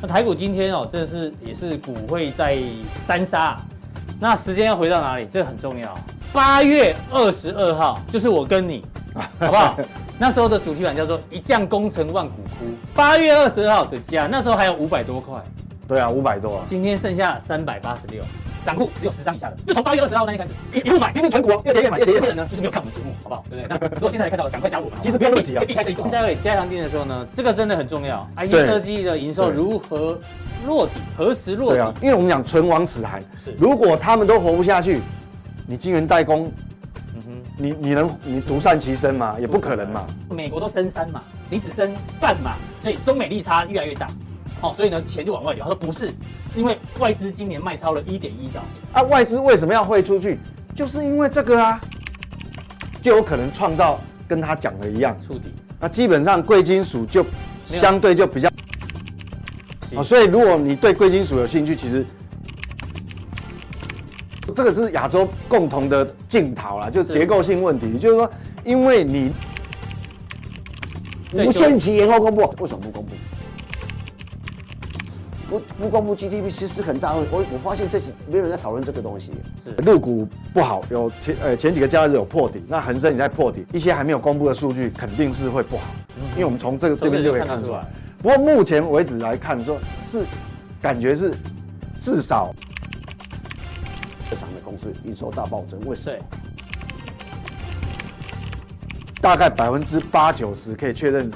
那台股今天哦，真的是也是股会在三杀，啊那时间要回到哪里？这很重要。八月二十二号，就是我跟你，好不好？那时候的主题版叫做“一将功成万骨枯”。八月二十二号的价，那时候还有五百多块，对啊，五百多啊，今天剩下三百八十六。散户只有十张以下的，就从八月二十号那天开始一一路买。拼命存股哦，越跌越买，越跌有越些买人。呢，就是没有看我们节目，好不好？对不对？那如果现在才看到，赶快加入我们。好好其实不用那么急啊避开这一段。待会加强定的时候呢，这个真的很重要。IC 对设计的营收对如何落底，何时落对啊底？，因为我们讲唇亡齿寒是，如果他们都活不下去，你晶圆代工，嗯哼，你你能你独善其身吗？也不可能嘛。美国都升三嘛，你只升半嘛，所以中美利差越来越大。哦，所以呢，钱就往外流。他说不是，是因为外资今年卖超了一点一兆。啊，外资为什么要汇出去？就是因为这个啊，就有可能创造跟他讲的一样。触底。那基本上贵金属就没有相对就比较是哦，所以如果你对贵金属有兴趣，其实这个是亚洲共同的镜头啦，就是是结构性问题，就是说，因为你对无限期延后公布，为什么不公布？不不公布 GDP 其实很大，我我发现这几没有人在讨论这个东西。是入股不好，有前呃前几个交易日有破底，那恒生也在破底，一些还没有公布的数据肯定是会不好，因为我们从这个嗯这边就可以看得出来。不过目前为止来看说是感觉是至少市场的公司营收大暴增，为什么？对，大概百分之八九十可以确认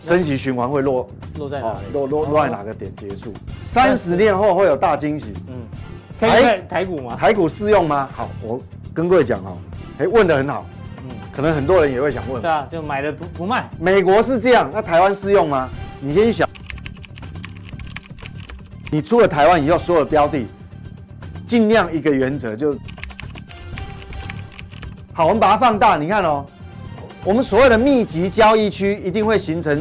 升息循环会落落在哪哦里？哦落落落在哪个点结束，三十年后会有大惊喜。嗯，可以在台股吗？台股适用吗？好，我跟各位讲哦，哎，问的很好，嗯，可能很多人也会想问对，啊，就买了不不卖。美国是这样，那台湾适用吗？你先去想，你出了台湾以后，所有的标的尽量一个原则就好，我们把它放大，你看哦，我们所有的密集交易区一定会形成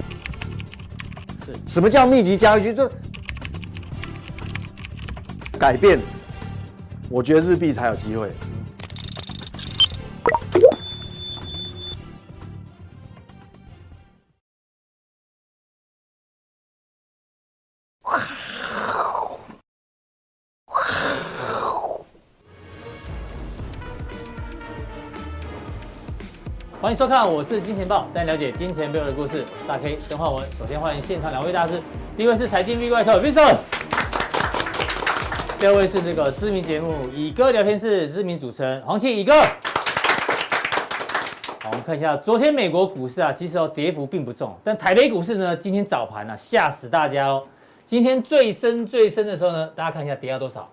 是。什么叫密集交易区？就改变，我觉得日币才有机会。欢迎收看，我是金钱豹，带你了解金钱背后的故事。我是大 K 曾焕文。首先欢迎现场两位大师，第一位是财经 V 怪客 Vincent，第二位是这个知名节目《以哥聊天室》知名主持人黄庆以哥。好，我们看一下昨天美国股市啊，其实哦跌幅并不重，但台北股市呢，今天早盘啊吓死大家哦。今天最深最深的时候呢，大家看一下跌到多少，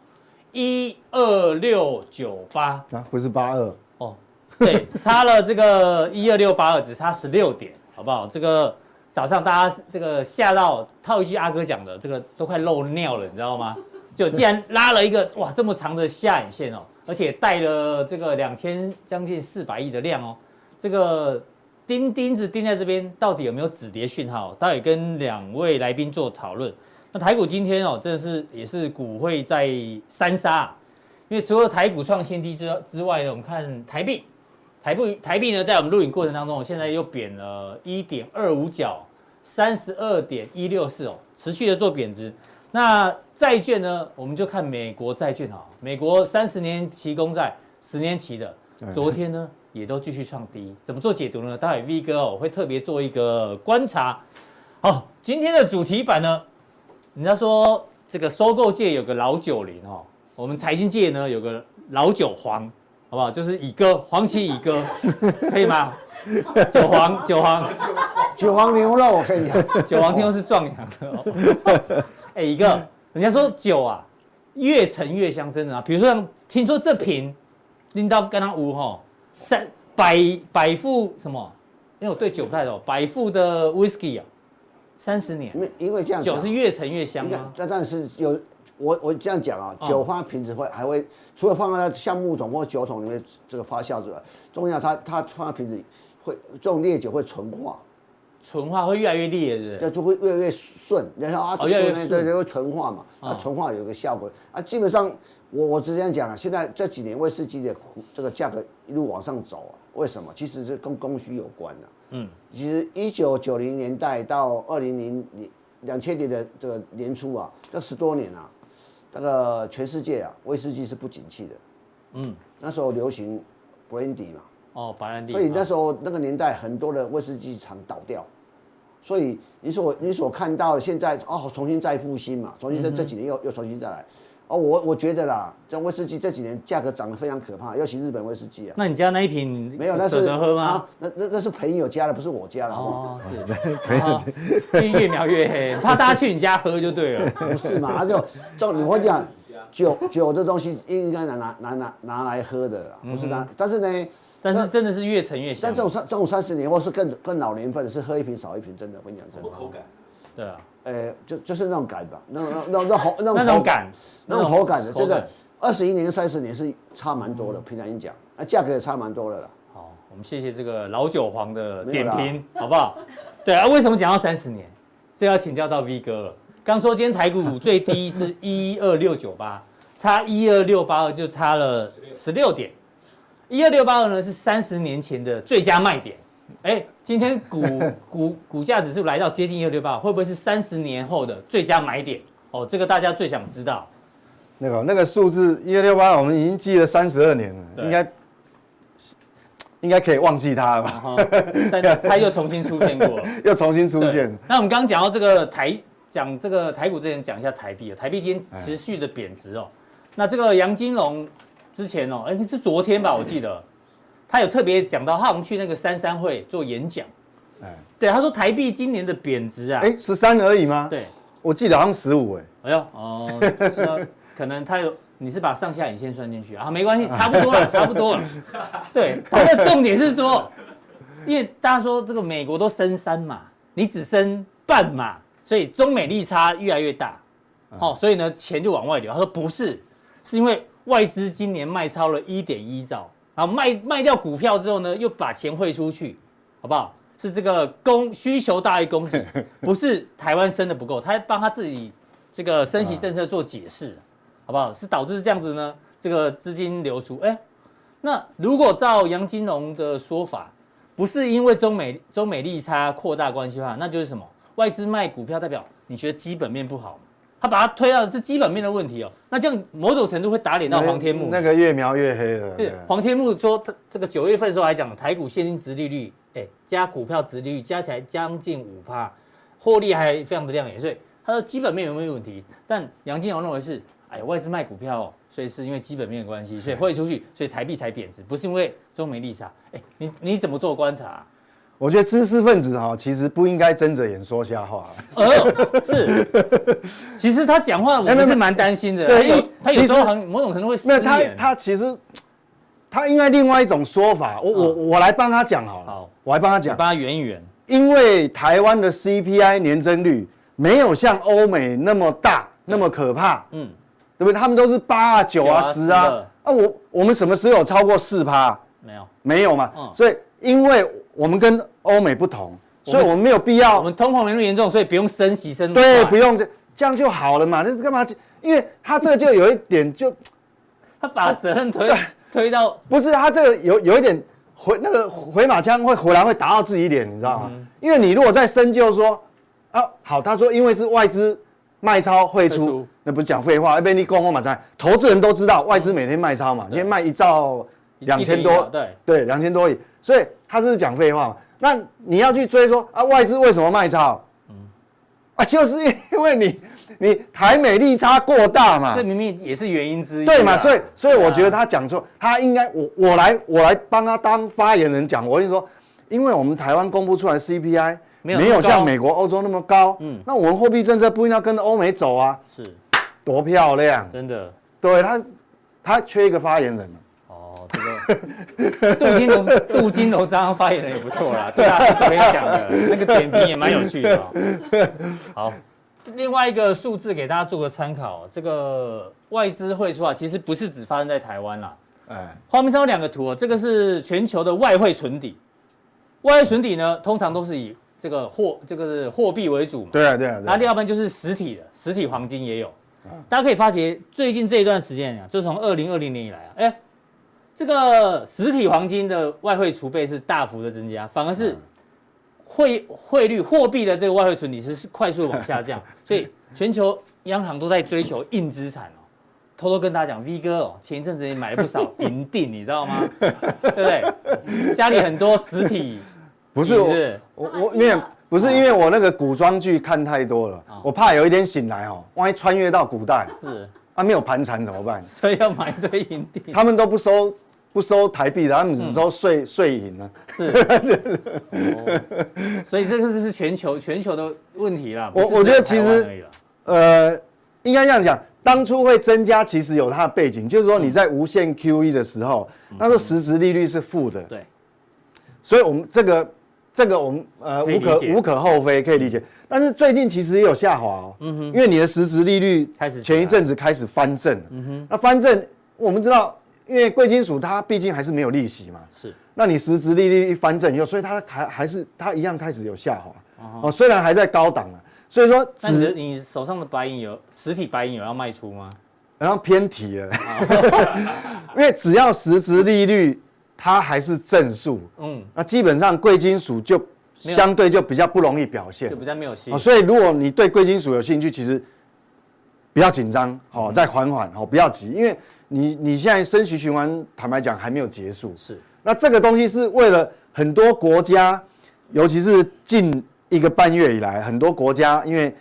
一二六九八。啊，不是八二，哦，对， 差了这个一二六八二，只差十六点，好不好？这个早上大家这个吓到，套一句阿哥讲的，这个都快漏尿了，你知道吗？就竟然拉了一个 哇这么长的下影线哦，而且带了这个两千将近四百亿的量哦，这个钉钉子钉在这边，到底有没有止跌讯号？待会跟两位来宾做讨论。那台股今天哦，真的是也是股会在三杀啊、因为除了台股创新低之之外呢，我们看台币，台币台币呢，在我们录影过程当中，现在又贬了一点二五角，三十二点一六四哦，持续的做贬值。那债券呢，我们就看美国债券哈，美国三十年期公债、十年期的，昨天呢也都继续创低，怎么做解读呢？待会 V 哥哦我会特别做一个观察。好，今天的主题版呢，人家说这个收购界有个老九零哦，我们财经界呢有个老九黄，好不好？就是乙哥，黄旗乙哥，可以吗？九黄，九黄，九黄牛肉，我跟你讲，九黄听说是壮阳的哦。哎，乙哥，人家说酒啊，越陈越香，真的啊。比如说像，听说这瓶拎到刚刚五吼，三百百富什么？因为我对酒不太懂，百富的 whisky 啊，三十年因，为因为这样讲酒是越陈越香你看吗？但但是有我我这样讲啊，哦酒花瓶子会还会，除了放在橡木桶或酒桶里面这个发酵之外，重要它它放在瓶子会这种烈酒会纯化，纯化会越来越烈，是不这是？就会越来越顺。然后啊，哦越来越顺顺对对，会纯化嘛，哦啊，纯化有一个效果啊。基本上我我是这样讲啊，现在这几年威士忌的这个价格一路往上走啊，为什么？其实是跟供需有关的、啊。嗯，其实一九九零年代到二零零零两千年的这个年初啊，这十多年啊，这个全世界啊，威士忌是不景气的。嗯，那时候流行 brandy 嘛，哦，白兰地，所以那啊时候那个年代很多的威士忌厂倒掉，所以你所你所看到现在哦重新再复兴嘛，重新这这几年嗯又又重新再来。哦，我我觉得啦，这威士忌这几年价格涨得非常可怕，尤其日本威士忌啊，那你家那一瓶没有那是嗯舍得喝吗啊？那那那是朋友家的，不是我家的，好不好？哦，是，啊越越描越黑，怕大家去你家喝就对 了。不是嘛？他就就你会讲酒酒这东西应该拿拿拿拿拿来喝的啦，不是拿。但是呢，嗯但是真的是越陈越香但这，种三这种三十年或是更更老年份的，是喝一瓶少一瓶，真的，我跟你讲真的。口感？对啊，呃，就就是那种感吧，那种那种那种喉那那种种口感，那种口感的，这口嗯个二十一年跟三十年是差蛮多的。平常心讲，那价格也差蛮多的啦。好，我们谢谢这个老酒皇的没有点啦评，好不好？ 对啊，为什么讲到三十年？这要请教到 V 哥了。刚说今天台股最低是 一二六九八，差一二六八二就差了十六点。一二六八二呢是三十年前的最佳卖点。哎，今天 股股股价指数来到接近一二六八，会不会是三十年后的最佳买点？哦，这个大家最想知道。那个那个数字一六八，我们已经记了三十二年了，对应该应该可以忘记它了吧？然后，但它又重新出现过了。 又重新出对，现，那我们刚刚讲到这个台，讲这个台股之前讲一下台币啊，台币今天哎持续的贬值哦。那这个杨金龙之前哦，哎是昨天吧，嗯我记得他有特别讲到，他好像去那个三三会做演讲，哎对，他说台币今年的贬值啊，哎，十三而已吗？对，我记得好像十五哎，哎呦哦，那可能他有。你是把上下影线算进去啊？没关系，差不多了，差不多了。对，他的重点是说，因为大家说这个美国都升三码，你只升半码，所以中美利差越来越大，哦，所以呢钱就往外流。他说不是，是因为外资今年卖超了一点一兆，然后卖卖掉股票之后呢，又把钱汇出去，好不好？是这个供需求大于 供给，不是台湾升的不够，他帮他自己这个升息政策做解释，好不好？是导致这样子呢，这个资金流出，哎、那如果照杨金龙的说法，不是因为中美中美利差扩大关系的话，那就是什么外资卖股票代表你觉得基本面不好嘛？他把它推到的是基本面的问题哦，那这样某种程度会打脸到黄天木。那个越描越黑了。对对，黄天木说，他这个九月份的时候还讲台股现金值利率，哎，加股票值利率加起来将近五趴，获利还非常的亮眼，所以他说基本面有没有问题？但杨金龙认为是，哎，外资卖股票、哦，所以是因为基本面的关系，所以汇出去，所以台币才贬值，不是因为中美利差。哎，你你怎么做观察、 啊？我觉得知识分子哈，其实不应该睁着眼说 瞎话。呃，是，其实他讲话我没们有是蛮担心的，对因为有他有时候其实好像某种程度会失那他言。他其实他应该另外一种说法，我我我来帮他讲好哦了。好我来帮他你讲，帮他圆一圆，因为台湾的 CPI 年增率没有像欧美那么大那么可怕，嗯，对不对？他们都是八啊九啊9啊十啊的，啊我我们什么时候有超过四趴？没有，没有嘛。嗯所以因为我们跟欧美不同，我所们以我们没有必我要们通膨没那么严重，所以不用升息升那么对，快不用这这样就好了嘛。那是干嘛去？因为他这个就有一点就他把责任推对推到不是他这个有有一点回那个回马枪会回来会打到自己脸，你知道吗？嗯因为你如果再深究说啊，好，他说因为是外资卖超汇汇出出，那不是讲废话？要被你公公马才，投资人都知道外资每天卖超嘛，今天卖一兆两千一比一啊多，对，对，两千多亿，所以他是讲废话嘛。那你要去追说啊，外资为什么卖超？嗯啊，就是因为你你台美利差过大嘛，这明明也是原因之一啊。啊对嘛？所以所以对啊我觉得他讲错，他应该我我来我来帮他当发言人讲。我跟你说，因为我们台湾公布出来 CPI 没没有有那么高像美国、欧洲那么高，嗯嗯，那我们货币政策不应该跟着欧美走啊，是多漂亮！真的对他，他缺一个发言人嘛哦，这个 杜金龙杜金龙这样发言人也不错啦，对啊，昨天讲的那个点评也蛮有趣的、哦。 好，另外一个数字给大家做个参考哦，这个外资汇出啊，其实不是只发生在台湾啦，哎，画面上有两个图哦，这个是全球的外汇存底，外汇存底呢通常都是以这个货这个是货币为主嘛。对啊对啊对那啊，另外一半就是实体的，实体黄金也有。大家可以发觉，最近这一段时间啊，就从二零二零年以来啊，哎，嗯这个实体黄金的外汇储备是大幅的增加，反而是汇汇率、货币的这个外汇存底是快速往下 降，所以全球央行都在追求硬资产哦。偷偷跟大家讲，V 哥哦，前一阵子也买了不少银锭，你知道 吗？对不对？家里很多实体，不是你我是我我没有，不是因为我那个古装剧看太多了，哦我怕有一天醒来哦，万一穿越到古代，是，啊没有盘缠怎么办？所以要买一堆银锭。他们都不收不收台币的，他们只嗯收税税银啊。是，哦所以这个是全球全球的问题啦。我不是我觉得只有其台湾实而已啦呃，应该这样讲，当初会增加，其实有它的背景，就是说你在无限 QE 的时候，嗯那时候实质利率是负的，对，所以我们这个这个我们呃可以无理可解嗯无可厚非，可以理解。但是最近其实也有下滑哦，因为你的实质利率开始起来嗯前一阵子开始翻正，那翻正我们知道，因为贵金属它毕竟还是没有利息嘛，是那你实质利率一翻正以后，所以它还还是它一样开始有下嗯滑，哦，虽然还在高档了，所以说那你的只你手上的白银有实体白银有要卖出吗？然后偏题了，因为只要实质利率它还是正数，嗯，那基本上贵金属就没有相对就比较不容易表现就，比较没有吸哦，引。所以如果你对贵金属有兴趣，其实不要紧张，哦，再缓缓，哦，不要急，因为你你现在升息循环，坦白讲还没有结束，是那这个东西是为了很多国家，尤其是近一个半月以来，很多国家因为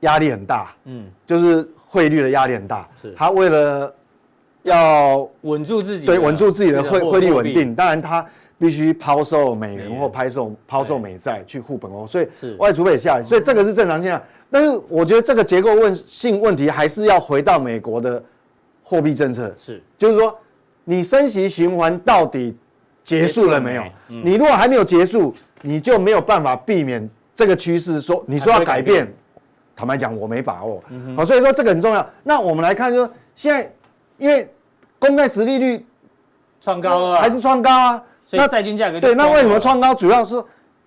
压力很大，嗯，就是汇率的压力很大，是他为了要稳住自己的，对稳住自己的汇货汇率货稳币定，当然他必须抛售美美元元或拍售抛售对美债去护本欧，哦所以是外储备下来，所以这个是正常现象。但是我觉得这个结构问性问题还是要回到美国的货币政策，是就是说你升息循环到底结束了没嗯有结束？了没你如果还没有结束，你就没有办法避免这个趋势说你说要改还不会改变，嗯坦白讲我没把握。好，所以说这个很重要。那我们来看，就是现在因为公债殖利率创高了，还是创高啊。所那以债券价格就对，那高了为什么创高？主要是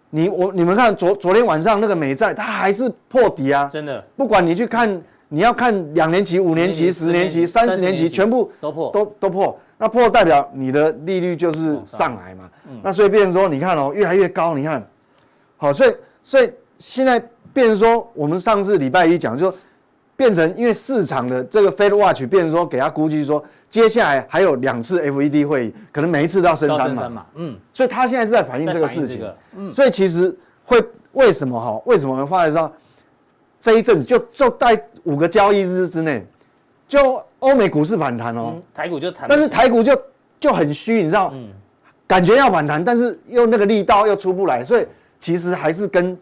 你我你们看昨昨天晚上那个美债，它还是破底啊。真的不管你去看，你要看两年期、五年期、十年期、三十年期，全部都破哦都都破。那破代表你的利率就是上来嘛。嗯那所以变成说，你看哦，越来越高。你看，好，所以所以现在变成说，我们上次礼拜一讲，就变成因为市场的这个 Fed Watch 变成说，给他估计说，接下来还有两次 FED 会议，可能每一次都要升到三升嘛三。嘛，嗯，所以他现在是在反映在这个反映事这情个。嗯所以其实会为什么哈？为什么我们发现到这一阵子就就在五个交易日之内，就欧美股市反弹哦，嗯台股就谈不但起来，嗯是台股就就很虚，你知道，感觉要反弹，但是又那个力道又出不来，所以其实还是跟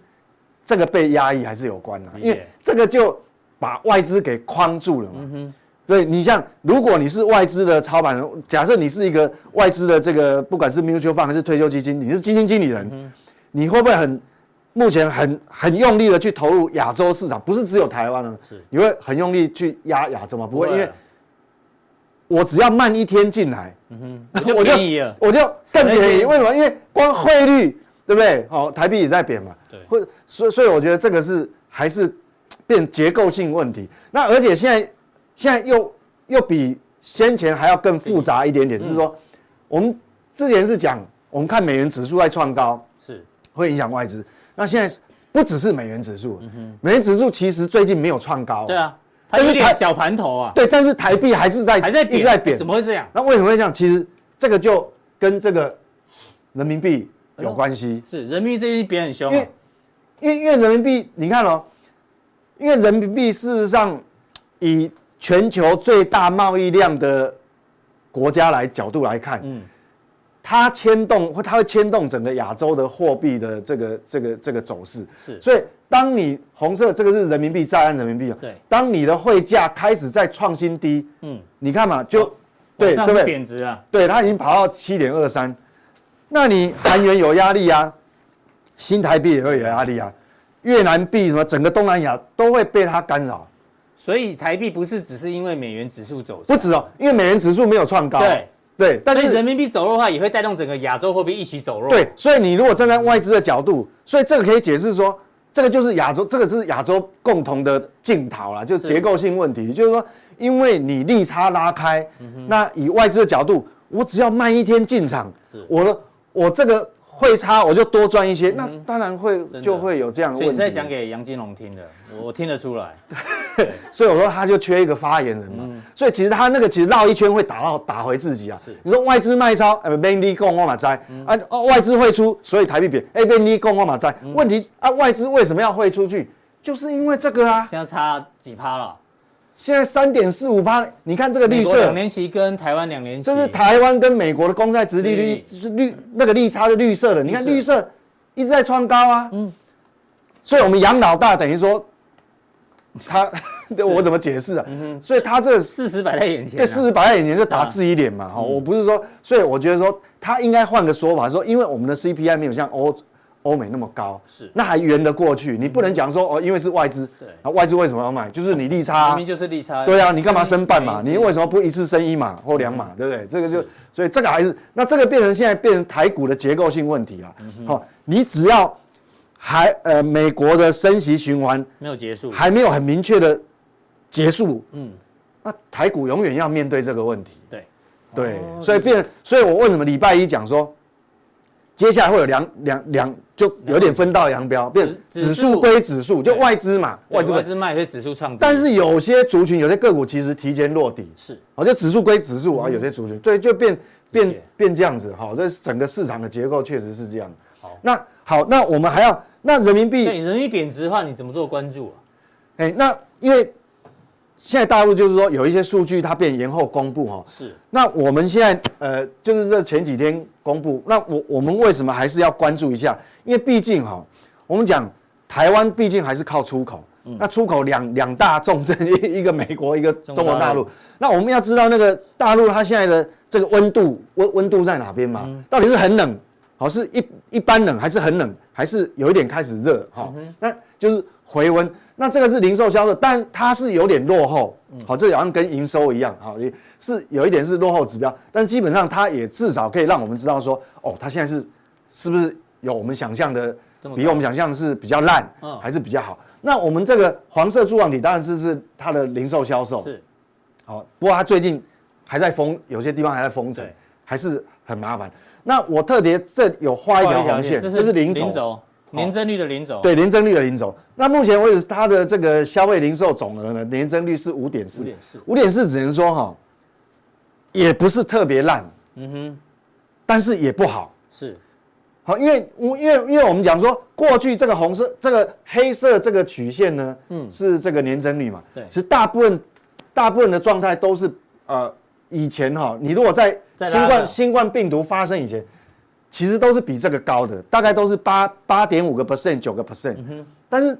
这个被压抑还是有关的、理解因为这个就把外资给框住了嘛。嗯所以你像，如果你是外资的操盘人，假设你是一个外资的这个，不管是 mutual fund 还是退休基金，你是基金经理人，嗯你会不会很目前很很用力的去投入亚洲市场？不是只有台湾啊，是你会很用力去压亚洲吗？不会，因为啊我只要慢一天进来，我就我就便宜了，我就更省了一便宜。天为什么？因为光汇率，对不对？好、台币也在贬嘛。对或所以所以我觉得这个是还是变结构性问题。那而且现在现在又又比先前还要更复杂一点点，嗯是说我们之前是讲我们看美元指数在创高，是会影响外资。那现在不只是美元指数，美元指数其实最近没有创高。嗯对啊，它但是有点台小盘头啊，对，但是台币还是在还在一贬，直在贬，怎么会这样？那为什么会这样？其实这个就跟这个人民币有关系，是人民币最近贬很凶因啊为，因为因为人民币，你看哦，因为人民币事实上以全球最大贸易量的国家来角度来看，嗯它牵动或它会牵动整个亚洲的货币的这个这个这个走势。是所以当你红色这个是人民币在岸人民币啊，对当你的汇价开始在创新低，嗯，你看嘛，就、往对对上不是对？贬值啊，对，它已经爬到七点二三，那你韩元有压力啊，新台币也会有压力啊，越南币什么整个东南亚都会被它干扰，所以台币不是只是因为美元指数走不强，止哦，因为美元指数没有创高，对，对，但所以人是民币走弱的话，也会带动整个亚洲货币一起走弱，对，所以你如果站在外资的角度，所以这个可以解释说，这个就是亚洲，这个是亚洲共同的镜头啦，就是是结构性问题，就是说，因为你利差拉开，嗯那以外资的角度，我只要慢一天进场是，我的我这个汇差我就多赚一些，那当然会嗯的就会有这样的所以你问是在讲题。给杨金龙听的，我我听得出来。所以我说他就缺一个发言人嘛。所以其实他那个其实绕一圈会打到打回自己啊是。你说外资卖超，呃 m a i n l y 供我马灾啊，哦外资汇出，所以台币贬，哎 m a i n l y 供我马灾。问题啊，外资为什么要汇出去？就是因为这个啊。现在差几趴了？现在三点四五趴，你看这个绿美国色两，年期跟台湾两年期，这是台湾跟美国的公债值利率对是绿那个利差是绿色的，你看绿绿色一直在创高啊。嗯，所以我们杨老大等于说，他我怎么解释啊？所以他这事实摆在眼前啊。嗯对事实摆在眼前就打自己脸嘛。哈，我不是说，所以我觉得说他应该换个说法，说因为我们的 CPI 没有像欧欧美那么高，是嗯那还圆得过去。你不能讲说哦，因为是外资，对啊外资为什么要买？就是你利差啊明明就是嗯利差。对啊，你干嘛升半码？每一次你为什么不一次升一码或两嗯码？对不对？这个就所以这个还是那这个变成现在变成台股的结构性问题啊。嗯好，你只要还呃美国的升息循环没有结束？还没有很明确的结束，嗯，那台股永远要面对这个问题。哦对，对，所以变，所以我为什么礼拜一讲说，接下来会有两两两就有点分道扬镳，变指指指数数归指数，就对外资嘛，外外资资外嘛。资卖，所以指数创低。但是有些族群，有些个股其实提前落底，是哦，就指数归指数啊，有些族群，对，就变嗯理解变变这样子哈、这整个市场的结构确实是这样。好那好，那我们还要那人民对币，你人民币贬值的话，你怎么做关注啊？哎，那因为现在大陆就是说有一些数据它变延后公布哈、是那我们现在呃，就是这前几天公布，那我我们为什么还是要关注一下？因为毕竟哈、我们讲台湾毕竟还是靠出口，那出口两两大重镇，一一 个美国，一个嗯中国大中国大陆陆。那我们要知道那个大陆它现在的这个温度温温度在哪边嘛？到底是很冷，好、是一一般冷，还是很冷，还是有一点开始热哈、那就是回温。那这个是零售销售，但它是有点落后，好、这好像跟营收一样，好、也是有一点是落后指标，但基本上它也至少可以让我们知道说，哦，它现在是是不是有我们想象的这么高比我们想象是比较烂嗯，还是比较好？那我们这个黄色柱状体当然是是它的零售销售，是，好，不过它最近还在封，有些地方还在封城对，还是很麻烦。那我特别这有画一条红线，这这是是零零轴，轴年增率的零轴。对，年增率的零轴。那目前为止，它的这个消费零售总额呢，年增率是五点四， 5.4五点四只能说哈，也不是特别烂，嗯哼，但是也不好。是好，因为我因为因为我们讲说，过去这个红色、这个黑色这个曲线呢，嗯嗯，是这个年增率嘛，对其实大部分大部分的状态都是呃以前哈，你如果在在拉新的冠新冠病毒发生以前，其实都是比这个高的，大概都是八八点五个 percent、九个 percent，但嗯是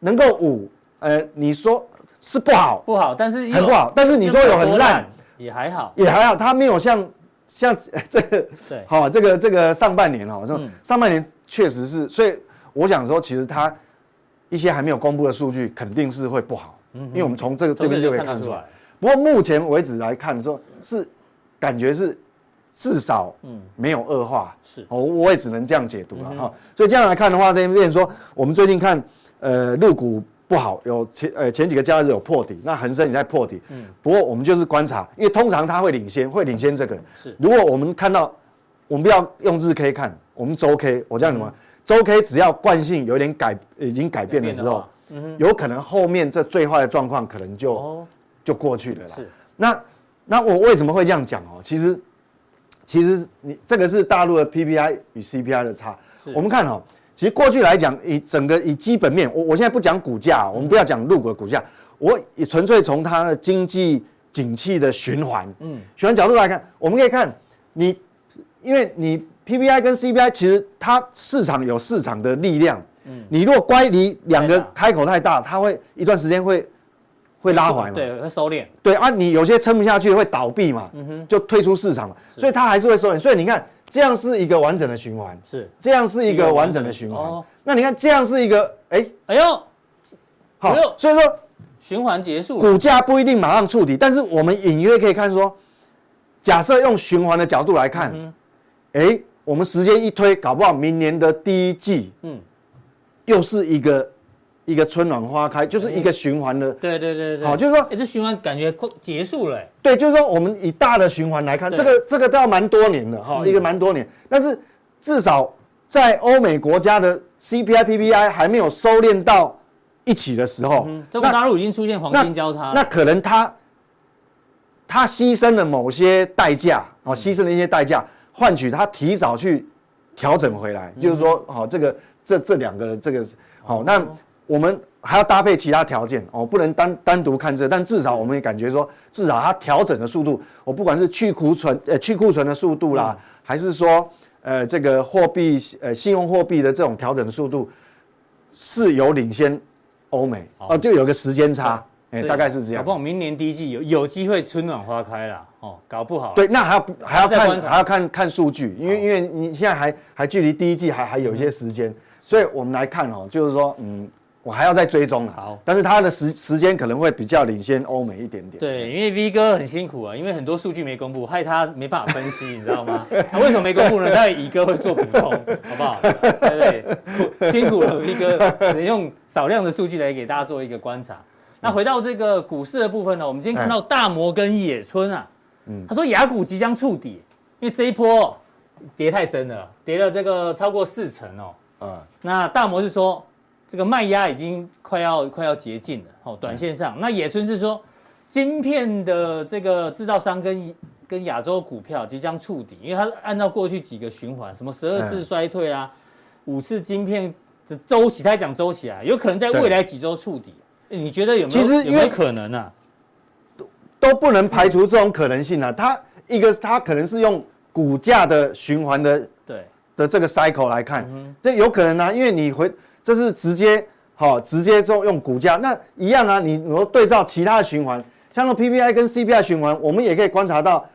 能够五，呃，你说是不好，不好，但是有很不好，但是你说有很烂，也还好。也还好，它没有像像 这个对好、这个这个上半年哈、这嗯上半年确实是，所以我想说，其实它一些还没有公布的数据肯定是会不好，因为我们从这个嗯这边就可以看得出来。。不过目前为止来看说，是感觉是至少没有恶化，是哦，我也只能这样解读了哈、啊所以这样来看的话，这边说我们最近看呃入股不好，有前呃前几个交易日有破底，那恒生也在破底，不过我们就是观察，因为通常它会领先，会领先这个。是如果我们看到，我们不要用日 K 看，我们周 K，我这样怎嗯么？周 K 只要惯性有点改，已经改变的时候，嗯哼，有可能后面这最坏的状况可能就、哦，就过去了啦。是那那我为什么会这样讲哦？其实其实你这个是大陆的 PPI 与 CPI 的差是。我们看哦，其实过去来讲，以整个以基本面，我我现在不讲股嗯价哦，我们不要讲入股的股价，我也纯粹从它的经济景气的循环，嗯嗯，循环角度来看，我们可以看你，因为你 PPI 跟 CPI 其实它市场有市场的力量，嗯，你如果乖离两太个大开口太大，它会一段时间会会拉回嘛，对，会收敛。对啊，你有些撑不下去会倒闭嘛，就退出市场嘛，所以它还是会收敛。所以你看，这样是一个完整的循环，是，这样是一个完整的循环。哦那你看，这样是一个哎、哎呦，好哎呦，所以说循环结束了。股价不一定马上触底，但是我们隐约可以看说，假设用循环的角度来看，哎、我们时间一推，搞不好明年的第一季，嗯嗯，又是一个一个春暖花开，就是一个循环的。对对对对，好就是说哎，这循环感觉快结束了。哎对，就是说我们以大的循环来看，对这个这个都要蛮多年的哈，嗯一个蛮多年。但是至少在欧美国家的 CPI、PPI 还没有收敛到一起的时候，嗯，中国大陆已经出现黄金交叉那了，可能他他牺牲了某些代价哦，牺牲了一些代价，换取他提早去调整嗯回来，就是说，好、这个这这两个的这个哦好、那我们还要搭配其他条件哦，不能单单独看这，但至少我们也感觉说，至少它调整的速度，我不管是去库存呃去库存的速度啦，嗯还是说呃这个货币呃信用货币的这种调整的速度，是有领先欧美哦、就有个时间差，哎、所以大概是这样搞不。好明年第一季有有机会春暖花开啦，哦，搞不好。对，那还要还要再观看察还要看看数据，因为因为你现在还还距离第一季还还有嗯一些时间，所以我们来看哦，就是说，嗯，我还要再追踪啊。好但是它的时时间可能会比较领先欧美一点点。，对，因为 V 哥很辛苦啊，因为很多数据没公布，害他没办法分析，你知道吗？他为什么没公布呢？他乙哥会做补充，好不好？对不对？辛苦了 V 哥，只能用少量的数据来给大家做一个观察。那回到这个股市的部分呢，我们今天看到大摩跟野村啊，他说雅股即将触底，因为这一波跌太深了，跌了这个超过四成哦。嗯，那大摩是说，这个卖压已经快要快要竭尽了，嗯哦，短线上。那野村是说，晶片的这个制造商跟跟亚洲股票即将触底，因为它按照过去几个循环，什么十二次嗯衰退啊，五次晶片的周期，他还讲周期啊，有可能在对未来几周触底。诶你觉得有没有？其实有因没有为可能啊？都不能排除这种可能性啊。它一个它可能是用股价的循环的对，的这个 cycle 来看，这有可能啊，因为你回这是直接好、直接就用股价，那一样啊，你如果对照其他的循环，像那 PPI 跟 CPI 循环，我们也可以观察到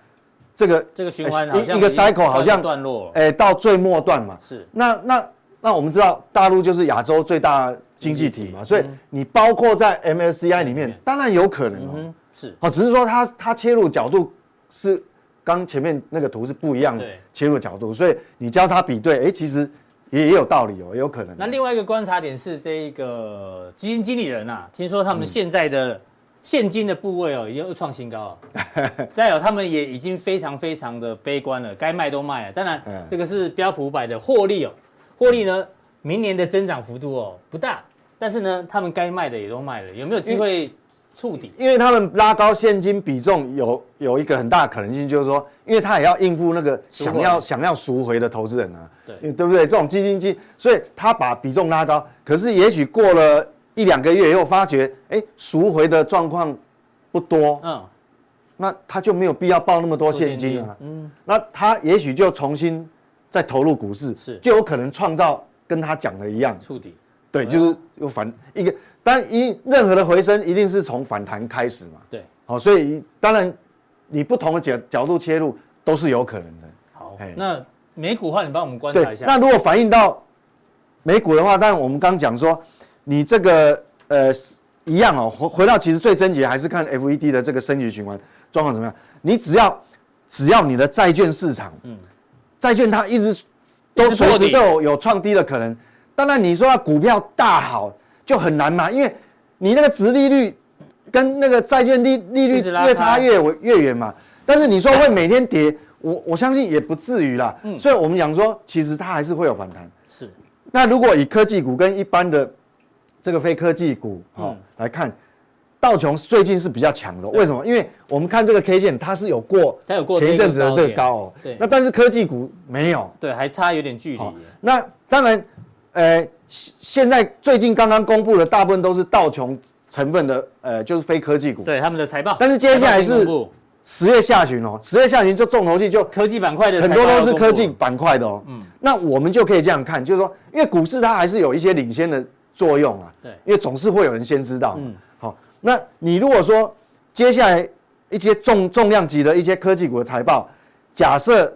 这个这个循环哎好像一一个已经 cycle 好像段落了，哎、到最末段嘛。是那那那我们知道大陆就是亚洲最大经济体嘛，经济体所以你包括在 MSCI 里面嗯，当然有可能哦。嗯，是好，只是说它它切入角度是刚前面那个图是不一样的对切入角度，所以你交叉比对，哎、其实也也有道理哦，也有可能。那另外一个观察点是，这一个基金经理人啊，听说他嗯们现在的现金的部位哦，已经又创新高 了。再有，他们也已经非常非常的悲观了，该卖都卖了。当然嗯，这个是标普五百的获利哦，获利呢，明年的增长幅度哦不大，但是呢，他们该卖的也都卖了，有没有机会触底？因为他们拉高现金比重有有一个很大的可能性，就是说，因为他也要应付那个赎回想要想要赎回的投资人啊，对因为对不对？这种基金经，所以他把比重拉高，可是也许过了一两个月以后，发觉哎赎回的状况不多，嗯，那他就没有必要报那么多现金啊，嗯，那他也许就重新再投入股市，是就有可能创造跟他讲的一样，触底。对，啊就是又反一个，但一任何的回升一定是从反弹开始嘛。对，好，所以当然你不同的角角度切入都是有可能的。好嘿，那美股的话，你帮我们观察对一，下。那如果反映到美股的话，当然我们刚讲说，你这个呃一样哦，回回到其实最症结还是看 FED 的这个升级循环状况怎么样。你只要只要你的债券市场，嗯，债券它一直一都直随破时底都有有创低的可能。当然你说它股票大好就很难嘛，因为你那个殖利率跟那个债券利利率一直拉开越差越为越远嘛。但是你说会每天跌，我我相信也不至于啦。嗯所以我们讲说，其实它还是会有反弹。是那如果以科技股跟一般的这个非科技股嗯哦、来看，道琼斯最近是比较强的，为什么？因为我们看这个 K 线，它是有过它有过前一阵子的这这个个高高哦点对。那但是科技股没有，对，还差有点距离好耶。，那当然，呃，现现在最近刚刚公布的大部分都是道琼成分的，呃，就是非科技股。对他们的财报，但是接下来是财报已经公布十月下旬哦，十月下旬就重头戏就科技板块的嗯很财多报要都是公布科技板块的哦。那我们就可以这样看，就是说，因为股市它还是有一些领先的作用啊。对因为总是会有人先知道。嗯嗯，好，那你如果说接下来一些重重量级的一些科技股的财报，假设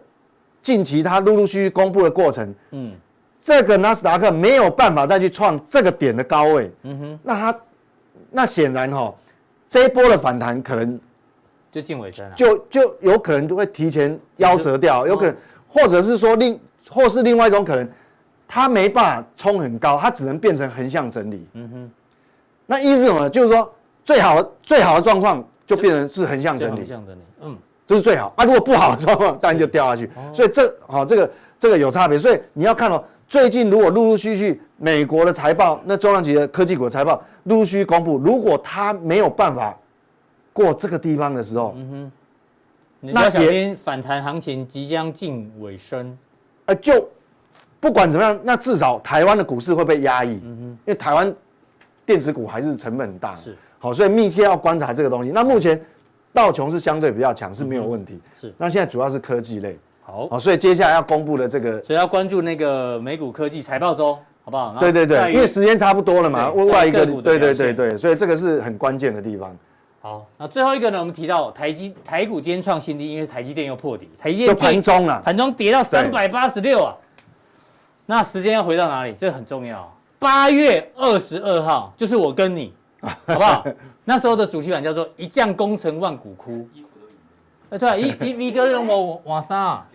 近期它陆陆续续公布的过程，嗯嗯，这个纳斯达克没有办法再去创这个点的高位，嗯哼，那它那显然哈、哦，这一波的反弹可能就进尾声了。啊就就有可能就会提前夭折掉，有可能，或者是说另或是另外一种可能，它没办法冲很高，它只能变成横向整理。嗯哼，那意思是什么？就是说最好最好的状况就变成是横向就整很理。像整理，嗯，这是最好啊。如果不好的状况，当然就掉下去。所以这好、这个这个有差别。所以你要看哦，最近如果陆陆续续美国的财报，那重量级的科技股的财报陆陆续续公布，如果它没有办法过这个地方的时候，你就要那小也心反弹行情即将近尾声，呃，就不管怎么样，那至少台湾的股市会被压抑，因为台湾电子股还是成本很大，嗯是好，所以密切要观察这个东西。那目前道琼是相对比较强，是没有问题。嗯是那现在主要是科技类，好，好，所以接下来要公布的这个，所以要关注那个美股科技财报周，好不好？然后对对啊在对，于因为时间差不多了嘛，对另外一个在于个股，的对对表对现对，所以这个是很关键的地方，好，那最后一个呢，我们提到台积台股今天创新低，因为台积电又破底，台积就电盘最中了。盘中跌到对三百八十六啊。那时间要回到哪里？这很重要。八月二十二号，就是我跟 你，好不好？那时候的主题版叫做“一将功成万骨枯”。哎， 对啊，一一 V 哥让我晚上啊，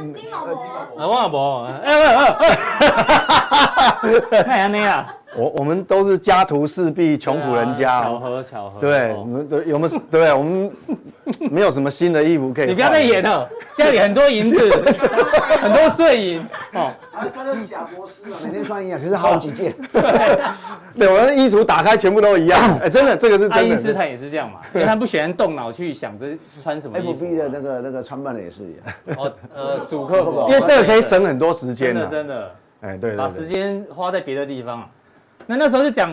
你老哦婆，啊我也无，哎哎哎哎，那样那样，我我们都是家徒四壁，穷苦人家巧哦。合巧合，对，我哦们对有没有？对，我们没有什么新的衣服可以。你不要再演。了，家里很多银 子，很多碎银哦。啊，他就是假博士啊 嘛，每天穿一样，可是好几件。对，我的衣橱打开全部都一样。 哎、真的，这 个是爱真因斯的。坦也是这样嘛，因为他不喜欢动脑去想着 穿什么衣 F 服啊 B 嘛。的那个那个创办人也是一 样，哦，呃，主客因户，因为这个可以省很多时间真啊的真的哎、对把对时对。间花在别的地方啊。那那时候就讲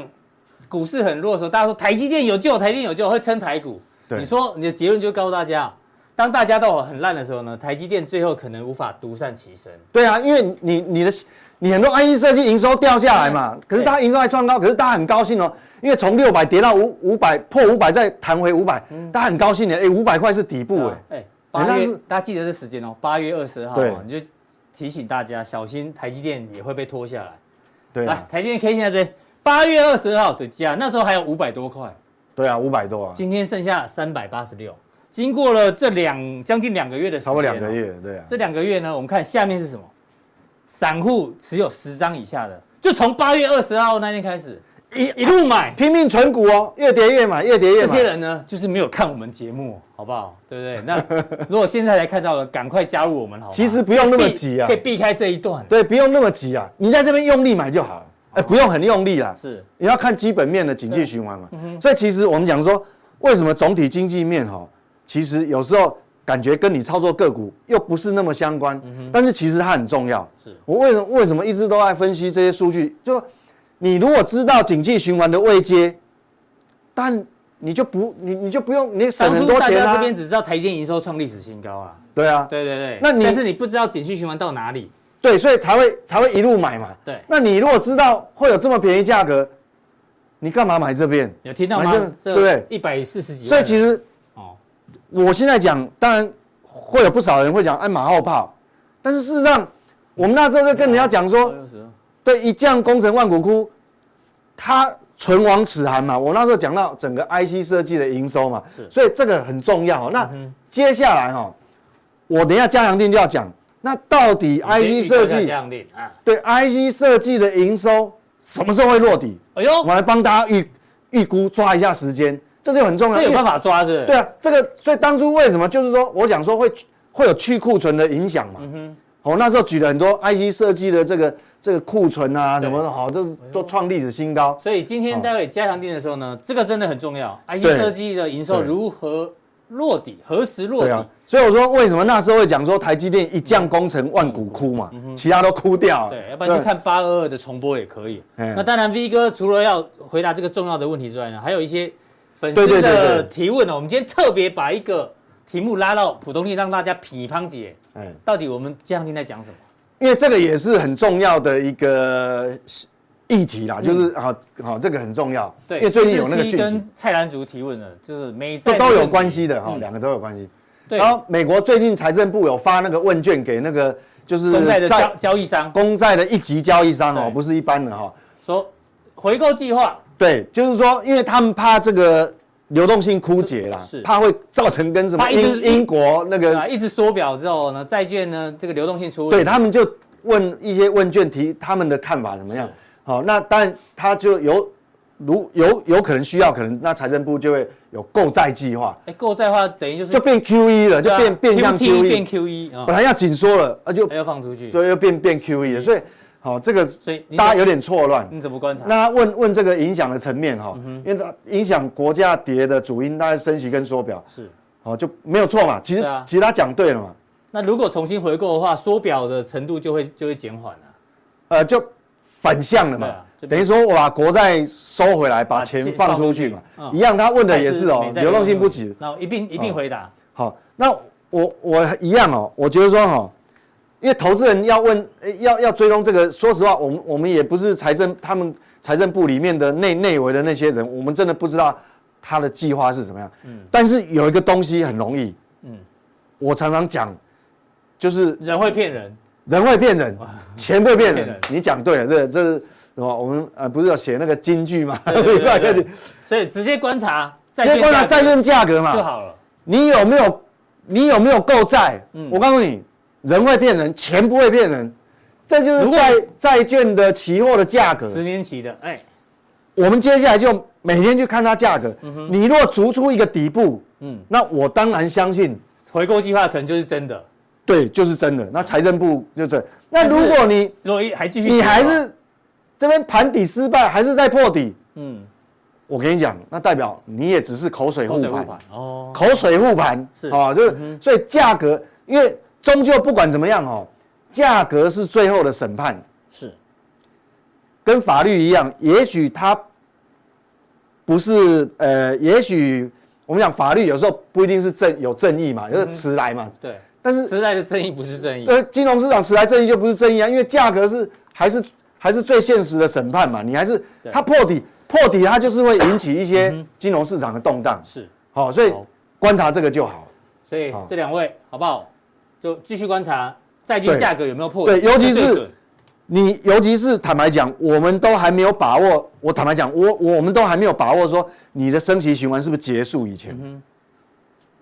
股市很弱的时候，大家说台积电有救，台积电有救，会撑台股。对你说你的结论就告诉大家，啊当大家都很烂的时候呢，台积电最后可能无法独善其身。对啊，因为你你的你很多安逸设计营收掉下来嘛，可是它营收还创高，可是大家很高兴哦，因为从六百跌到五五百破五百再弹回五百、大家很高兴的。哎、五百块是底部哎、哎，哎八那月是大家记得这时间哦，八月二十号对哦，你就提醒大家小心台积电也会被拖下来。对来啊，，台积电 K 线在这里，八月二十号的价，那时候还有五百多块，对啊，五百多啊，今天剩下三百八十六。经过了这两将近两个月的时间差哦，不多两个月，对啊。这两个月呢，我们看下面是什么？散户持有十张以下的，就从八月二十号那天开始一一路买，拼命存股哦，越跌越买，越跌这越买。些人呢，就是没有看我们节目，好不好？对不对？那 如果现在才看到了，赶快加入我们好吗？其实不用那么避急啊可以避开这一段。对，不用那么急啊，你在这边用力买就好了。哎、不用很用力啦，是你要看基本面的景气循环嘛。嗯所以其实我们讲说，为什么总体经济面哈，其实有时候感觉跟你操作个股又不是那么相关，但是其实它很重要。嗯是我为什么为什么一直都在分析这些数据？就你如果知道景气循环的位阶，但你就不你你就不用你省当很初多大钱家这啊。边只知道台积电营收创历史新高啊，对啊，对对对。那你但是你不知道景气循环到哪里，对，所以才会才会一路买嘛。对那你如果知道会有这么便宜价格，你干嘛买这边？有听到吗反正？这对不一百四十几万人。所以其实哦，我现在讲，当然会有不少人会讲哎按马后炮，但是事实上，我们那时候就跟人家讲说， 22对，一将功成万骨枯，它唇亡齿寒嘛。我那时候讲到整个 IC 设计的营收嘛是，嗯所以这个很重要哦、那接下来哈、哦，我等一下嘉良定就要讲，那到底你先 IC 预告设一下计这样定啊，对 IC 设计的营收什么时候会落底？哎呦我，们来帮大家预预估抓一下时间，这就很重要。这有办法？法抓是不是？对啊，这个所以当初为什么就是说，我想说会会有去库存的影响嘛？嗯我、那时候举了很多 IC 设计的这个这个库存啊什么的，好、哎都都创历史新高。所以今天待会加强定的时候呢，这个真的很重要。IC 哦对设计的营收对如何落底，何时落对啊底？，所以我说为什么那时候会讲说台积电一将功成万骨枯嘛，其他都枯掉嗯了。对，要不然去看八二二的重播也可以。嗯那当然，V 哥除了要回答这个重要的问题之外呢，还有一些粉对丝对对的对提问呢。我们今天特别把一个题目拉到普通力，让大家匹乓解所以。哎到底我们加强定在讲什么。因为这个也是很重要的一个议题啦，就是啊，好、这个很重要。嗯对，因为最近有那个447讯息，跟蔡澜竹提问的，就是每这在都有关系的哈，嗯两、个都有关系。对，然后美国最近财政部有发那个问卷给那个就是公债的交交易商公债的一级交易商哦对，不是一般的哈。说回购计划对，就是说，因为他们怕这个流动性枯竭啦是，怕会造成跟什么怕一直英英国那个啊一直缩表之后呢，债券呢这个流动性出问对题，他们就问一些问卷提他们的看法怎么样是。好、那但他就有如有有可能需要，可能那财政部就会有购债计划，哎，购债的话等于就是就变 QE 了，就对啊变变相 QT QE，变 QE 啊本，来要紧缩了，那就还要放出去。对又变变 QE 了，所以好这个所 E 嗯以你嗯大家有点错乱。你怎么观察？那他问问这个影响的层面哈，嗯因为它影响国家跌的主因，大概升息跟缩表，是哦就没有错嘛。其实对啊其实他讲对了嘛，那如果重新回购的话，缩表的程度就会就会减缓了，呃就反向了对嘛啊，就等于说我把国债收回来，把把钱钱放放出出去去嘛，嗯一样。他问的也是哦但，没在流动性不哦流止。那我一并一并回答。好，那我我一样哦，我觉得说哈、哦，因为投资人要问，呃要要追踪这个，说实话，我们我们也不是财政他们财政部里面的内内围的那些人，我们真的不知道他的计划是怎么样。嗯，但是有一个东西很容易，嗯嗯，我常常讲，就是人会骗人，人会骗人，钱会 骗骗人人。你讲对了，这这是什么？我们呃不是有写那个金句嘛？对对 对直对所以直接观察债接券观察价债格券价格嘛，就好了。你有没有你有没有购债？嗯我告诉你，人会骗人，钱不会骗人，这就如是果债债券的期货的价格。十年期的，哎，我们接下来就每天去看它价格。你若逐出一个底部，嗯那我当然相信，回购计划可能就是真的。对，就是真的。那财政部就这。那但是如果你如果一还继续，啊你还是这边盘底失败，还是在破底，嗯，我跟你讲，那代表你也只是口水口护水护盘。盘哦，口水护盘是嗯啊、就是、所以价格，因为终究不管怎么样哦，价格是最后的审判，是跟法律一样，也许它不是呃，也许我们讲法律有时候不一定是正有正义嘛，嗯就是迟来嘛，对。但是时代的正义不是正义，这金融市场迟来正义就不是正义啊，因为价格是还是还是最现实的审判嘛，你还是对嗯它破底破底，它就是会引起一些金融市场的动荡，是。好、所以好观察这个就好。所以好这两位好不好？就继续观察债券对价格有没有破对底尤其最是准你尤其是坦白讲，我们都还没有把握。我坦白讲，我我我们都还没有把握说你的升息循环是不是结束以前，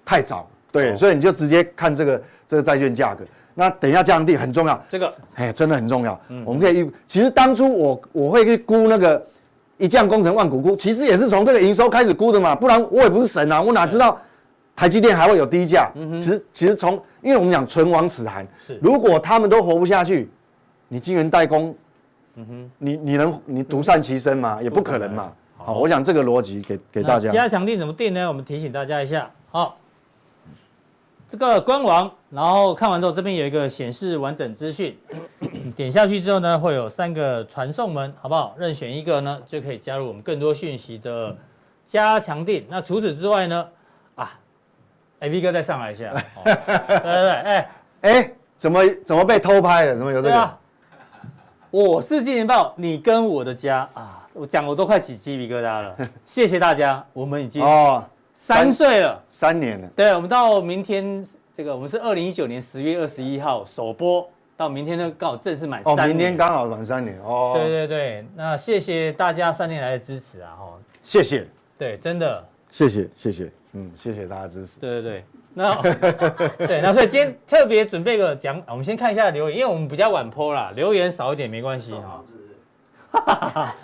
太早。对，所以你就直接看这个这个债券价格。那等一下降定很重要，这个哎，真的很重要。我们可以预，其实当初我我会去估那个一将功成万骨枯，其实也是从这个营收开始估的嘛，不然我也不是神啊，我哪知道台积电还会有低价？其实其实从，因为我们讲唇亡齿寒是，如果他们都活不下去，你晶圆代工，嗯你你能你独善其身吗？也不可能嘛。好，我想这个逻辑给给大那加家。强定怎么定呢？我们提醒大家一下，好，这个官网，然后看完之后，这边有一个显示完整资讯， 点下去之后呢，会有三个传送门，好不好？任选一个呢，就可以加入我们更多讯息的加强定。那除此之外呢，啊，哎，V 哥再上来一 下，哦对对对，哎，哎，怎么怎么被偷拍了？怎么有这对个啊？，我是金钱豹，你跟我的家啊，我讲我都快起鸡皮疙瘩 了，谢谢大家，我们已经哦，三岁了。三年了，对，我们到明天这个，我们是二零一九年十月二十一号首播，到明天呢刚好正式满哦，三明年。天刚好满三年哦。对对对，那谢谢大家三年来的支持啊！哈，谢谢。对，真的，谢谢，谢谢，嗯，谢谢大家支持。 对对对。那 对，那所以今天特别准备个奖，我们先看一下留言，因为我们比较晚播啦，留言少一点没关系哈。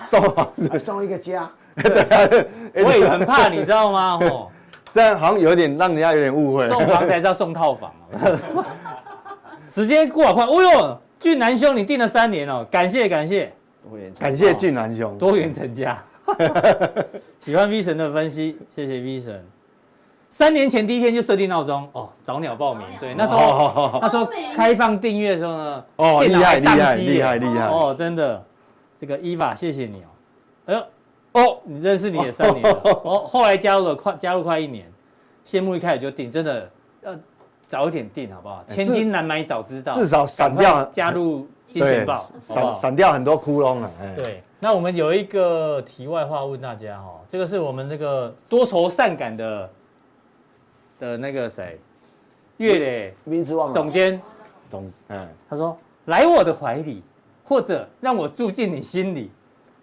送啊房子，还啊送一个家，哎我也很怕，你知道 吗？哦，这样好像有点让人家有点误会。送房才是要送套房 啊。时间过好快，哦呦，俊南兄你订了三年哦，感谢感谢。我也感谢俊南兄，多元成家。 喜欢 V 神的分析，谢谢 V 神。三年前第一天就设定闹钟哦，早鸟报名。对，那时好候哦好好好那时候开放订阅的时候呢，哦，电厉脑还害厉害宕机厉耶害厉害哦，真的，这个伊娃谢谢你哦。哎呦哦，你认识你也三 年了哦，后来加入了快加入快一年，羡慕一开始就订，真的要早一点订好不好？哎千至金难买早知道，至少赶闪快掉加入金钱对豹，好不好闪闪掉很多窟窿了。哎，对，那我们有一个题外话问大家哦，这个是我们那个多愁善感的的那个谁，月磊名字忘了。总监，总哎，他说：“来我的怀里，或者让我住进你心里，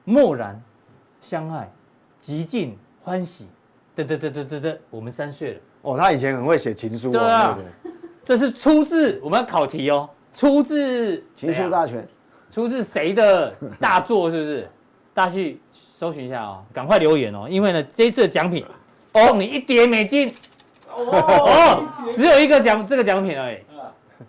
默然相爱，极尽欢喜。”得得得得得得，我们三岁了，哦，他以前很会写情书哦，对啊那个谁这是出自我们要考题哦，出自谁情书啊大全，出自谁的大作？是不是？ 大家去搜寻一下哦，赶快留言哦，因为呢，这一次的奖品送你一叠美金哦，只有一嗯个奖这个奖品而已，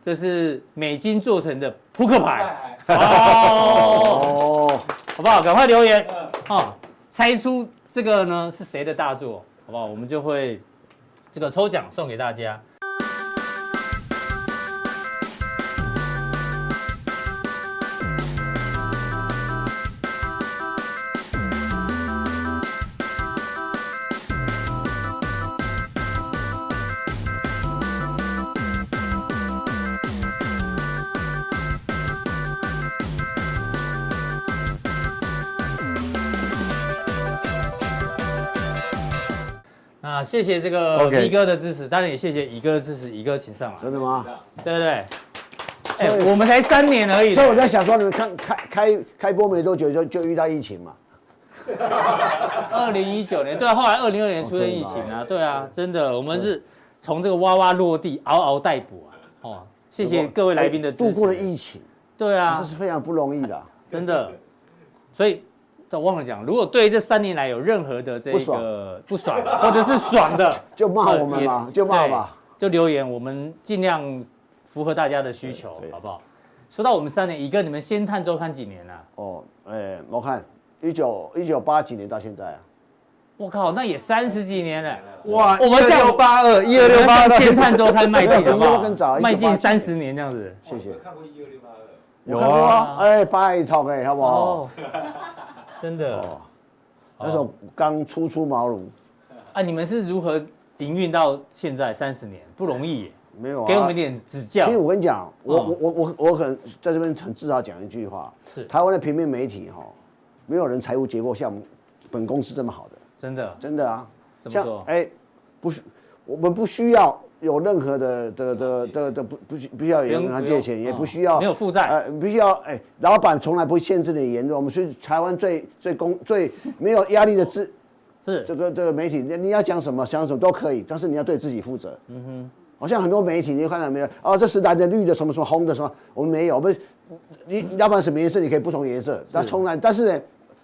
这是美金做成的扑克牌哦，哦，好不好？赶快留言哦，猜出这个呢是谁的大作，好不好？我们就会这个抽奖送给大家。那谢谢这个 OK B 哥的支持，当然也谢谢乙哥的支持，乙哥请上来，真的吗？对不对？哎、所以我们才三年而已所，以我在想说，你们看开开开播没多久就就遇到疫情嘛，二零一九年，对啊，后来二零二年出现疫情哦啊，对啊，真的，我们是从这个哇哇落地，嗷嗷待哺啊，哦，谢谢各位来宾的支持，哎度过了疫情，对啊这，是非常不容易的。真的，所以。我忘了讲，如果对这三年来有任何的这不个不爽，或者是爽的，就 骂我们呃吧也，就骂吧。对，就留言，我们尽量符合大家的需求对，对好不好？说到我们三年，一个你们《先探周刊》几年啊了、哦，哎，我看一九一九八几年到现在啊，我靠，那也三十几年了。哇，我们像六八二，一我二们六八向二， 《先 探周刊》迈进，好不我们更早好？ 1982迈进三十年这样子。谢谢。看过一二六八二，有我看过啊，啊，哎，拜托哎，好不好？哦，真的哦，那时候刚初出茅庐，啊！你们是如何营运到现在三十年？不容易耶，没有啊。给我们一点指教其实。我跟你讲，我嗯我我我我很在这边很自豪讲一句话，是台湾的平面媒体哈，没有人财务结构像我们本公司这么好的，真的，真的啊。怎么像说哎，不需我们不需要有任何的的的的的不不需不需要有不用银行不借用钱，嗯也不需要没有负债呃，不需要哎，老板从来不会限制你的言论，我们是台湾最最公最没有压力的自。是这个这个媒体，你你要讲什么想什么都可以，但是你要对自己负责。嗯哼，好像很多媒体，你看到没有？哦，这是蓝的、绿的，什么什么红的什么，我们没有，我们你你要不然什么颜色，你可以不同颜色，那从来，但是呢，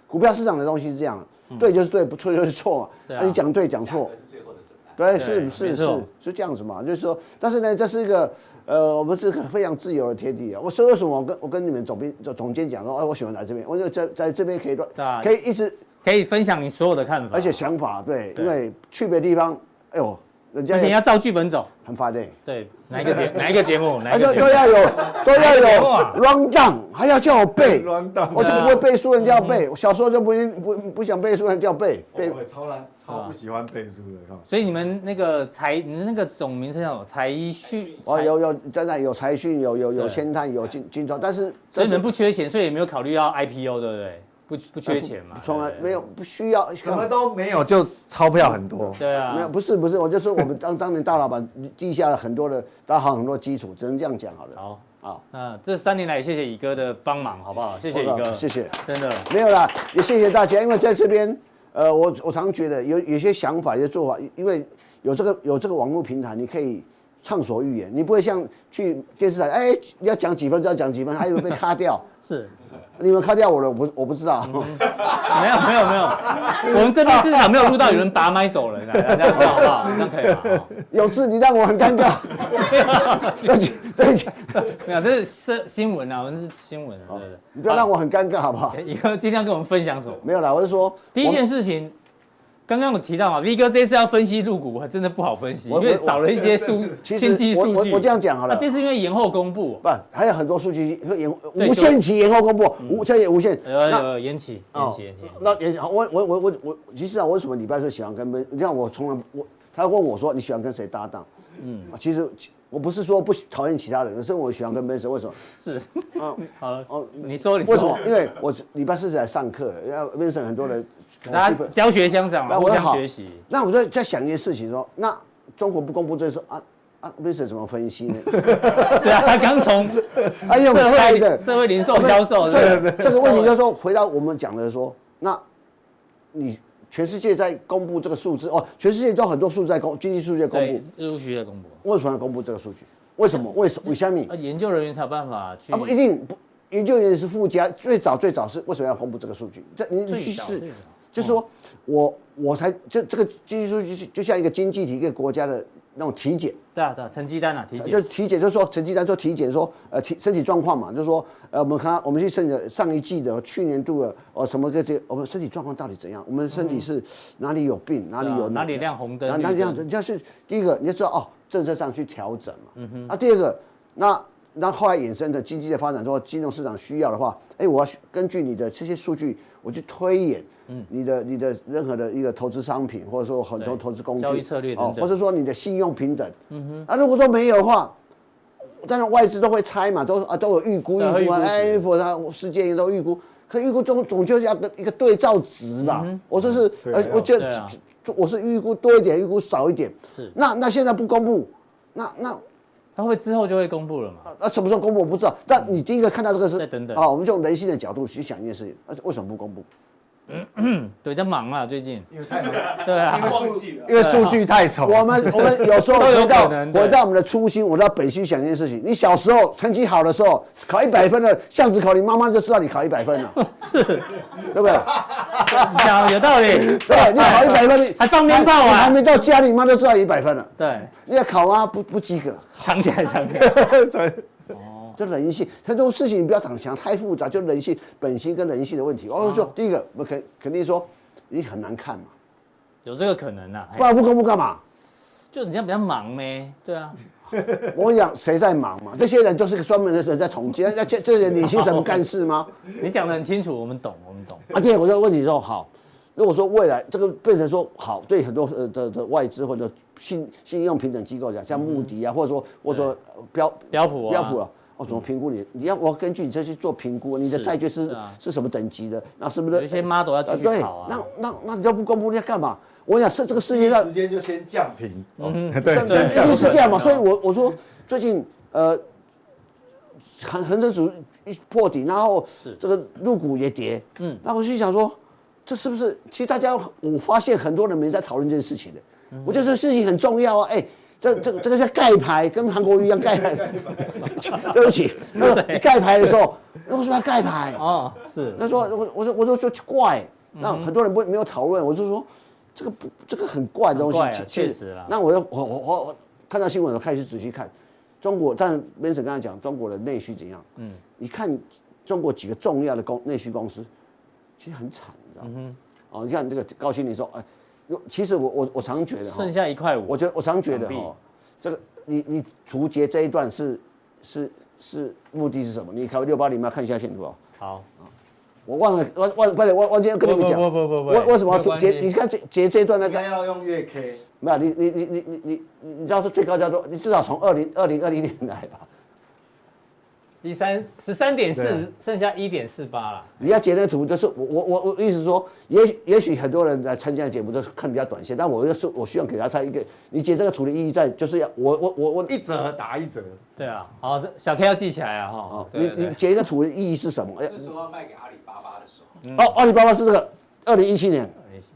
股票市场的东西是这样，对就是对，不错就是错嘛。嗯对啊那你讲对讲价错格，是最后的审判。对，没是是是错是这样子嘛，就是说，但是呢，这是一个呃，我们是个非常自由的天地啊。我说为什么我跟我跟你们总编总总监讲说，哎，我喜欢来这边，我就在在这边可以乱对啊，可以一直可以分享你所有的看法，而且想法对，对因为去别的地方，哎呦，人家而且要照剧本走。很烦累，对，哪一个 节哪一个节目？哪而一个且节都目？要有都要哪一个节有目啊 round down，还要叫我 背 Round down 我就不会背书，人家要嗯背。我小时候就不不不想背书，人家要背背哦。我超难，超不喜欢背书的，哈。所以你们那个才，你们那个总名称叫什么？才艺训，哦，才有有真的有财讯，有有有对千探，有金金装，但是所以但你是们不缺钱，所以也没有考虑要 IPO，对不对？不不缺钱嘛，从来对不对没有。哎不需要什么都没有，就钞票很多。对啊，没有，不是不是，我就说我们当当年大老板立下了很多的打好很多基础，只能这样讲好了。啊好，好，那嗯这三年来也谢谢乙哥的帮忙，好不好？谢谢乙哥，谢谢。真的没有啦，也谢谢大家，因为在这边，呃，我我常觉得有有些想法、有些做法，因因为有这个有这个网络平台，你可以畅所欲言，你不会像去电视台，哎、要讲几分钟，要讲几分钟，还以哎为被卡掉， 是你们卡掉我了，我不我不知道， 没有没有没有，我们这边至少没有录到有人拔麦走人啊，这样好不好？这样可以吗？哦有次你让我很尴尬， 对不起对不起，没有，这是新新闻啊，我们是新闻啊，对对。哦你不要让我很尴尬好不好？好乙哥今天要跟我们分享什么？没有啦，我是说第一件事情，刚刚我提到嘛，V 哥这次要分析入股，还真的不好分析，因我为少了一些数其经实济我数我据。我这样讲好了那这次因为延后公布，啊不，还有很多数据会延对嗯哎无限期延后公布，无这也无限。有那哦有延期，延期，延期。那也好，我我我我我，其实啊，我为什么礼拜四喜欢跟别人？你看我从来我，他问我说你喜欢跟谁搭档？嗯，其实其我不是说不喜讨厌其他人，可是我喜欢跟 Ben 为什么？是，啊，好了， 哦你说，你为什么说，？因为我礼拜四是来上课的，要 Ben 很多人， 大家教学相长嘛，那互我相好学习。那我就在想一件事情说，那中国不公布这说啊啊 Ben 怎么分析呢？ 是啊，他刚 从社哎用猜的会，社会零售销售，这 对不对个这个问题就是说，回到我们讲的说，那你全世界在公布这个数字哦，全世界都很多数字在公经济数据在公对布，，陆续的公布。为什么要公布这个数据？为什么？为什么？为什么？哦啊，研究人员才有办法去啊，不一定不一六年是附加，最早最早是为什么要公布这个数据？这你你最去早试最早，哦就是说我我才这这个经济数据就就像一个经济体一个国家的那种体检，对啊对啊，成绩单啊，体呃就检，体检，就是说成绩单说体检说呃体身体状况嘛，就是说呃我们看我们去身体上一季的去年度的呃什么这些我们身体状况到底怎样？我们身体是哪里有病，哪嗯里对啊有哪里亮红灯哪绿哪里亮灯人家是第一个你就知道哦政策上去调整嘛，嗯哼，那第二个那。那后来衍生的经济的发展，说金融市场需要的话，哎，我要根据你的这些数据，我去推演，嗯，你的你的任何的一个投资商品，或者说很多对投资工具交易策略等哦，等或者说你的信用平等，嗯哼，啊，如果都没有的话，当然外资都会猜嘛，都啊都有预估对预估啊，会哎，预我他世界也都预估，可预估总总就是要个一个对照值吧。我说是，对呃啊，我觉对得啊我是预估多一点，预估少一点。是那那现在不公布，那那他会之后就会公布了嘛？那什么时候公布我不知道。但你第一个看到这个是，再嗯等等啊，我们就用人性的角度去想一件事情，那为什么不公布？对，在忙啊，最近，因为太难，对啊因，为忘记了。因为数据太丑。我 们我们有时候都有回到可能对回到我们的初心，回到本心想一件事情。你小时候成绩好的时候，考一百分的巷子口，你妈妈就知道你考一百分了， 是，对不对？你讲有道 理，对，你考一百分，你还放鞭炮啊你还没到家里，你妈就知道你一百分了。对，你要考啊，不不及格，藏起来，藏起来， 所以这人性，很多事情你不要想太复杂，就人性本性跟人性的问题。我就说，第一个，我肯肯定说，你很难看嘛，有这个可能啊，不然不公布干嘛？就人家比较忙呗，对啊，我跟你讲，谁在忙嘛？这些人就是个专门的人在统计，那这这些人你薪水不干事吗？啊你讲的很清楚，我们懂，我们懂，而且我的问题说好，如果说未来这个变成说好，对很多呃的的外资或者信信用平等机构讲，像穆迪啊，或者说或者说呃标标普啊标普啊。我怎么评估你？你要我根据你这去做评估，你的是债券是是啊是什么等级的？那是不有是一些 model 要呃继对续考，啊那，那那你要不公布你要干嘛？我想是这个世界上时间就先降平，哦嗯对，对一定是这样嘛。所以我我说最近呃，恒恒生指数一破底，然后是这个入股也跌，嗯嗯，那我就想说，这是不是？其实大家我发现很多人没在讨论这件事情的，我觉得这个事情很重要啊，哎。这这个这个叫盖牌，跟韩国瑜一样盖牌。对不起，那个你盖牌的时候，那为什么要盖牌？哦，是，那说我我说我说就怪，嗯那很多人不没有讨论，我就说这个不这个很怪的东西很怪啊，其确实啦那我又我我我我看到新闻，我开始仔细看中国，但 v i n c 刚才讲中国的内需怎样？嗯，你看中国几个重要的公内需公司，其实很惨，嗯你知道吗？哦，你看这个高鑫，你说哎，如其实我我我常觉得哈剩，下一块我五，觉得我常觉得港币哈，这个你你竹节这一段是是是目的是什么？你看六八零嘛，看一下线图啊。好，我忘了，忘忘不是我我今天跟你们讲，不不不不不我为什么没要关系截？你看这截这一段那应该个，要用月 K，没有你你你你你你你你知道是最高价多，你至少从二零二零二零年来吧，一三十三点对四，剩下一点四八了，你要截那图就是我我我我意思是说，也许也许很多人来参加节目都是看比较短线，但我要是我希望给大家一个，你截这个图的意义在就是要我我我我一折打一折，对啊，好，这小 K 要记起来啊，哈哦，，你你截一个图的意义是什么？哎呀那时候要卖给阿里巴巴的时候，嗯哦，阿里巴巴是这个二零一七年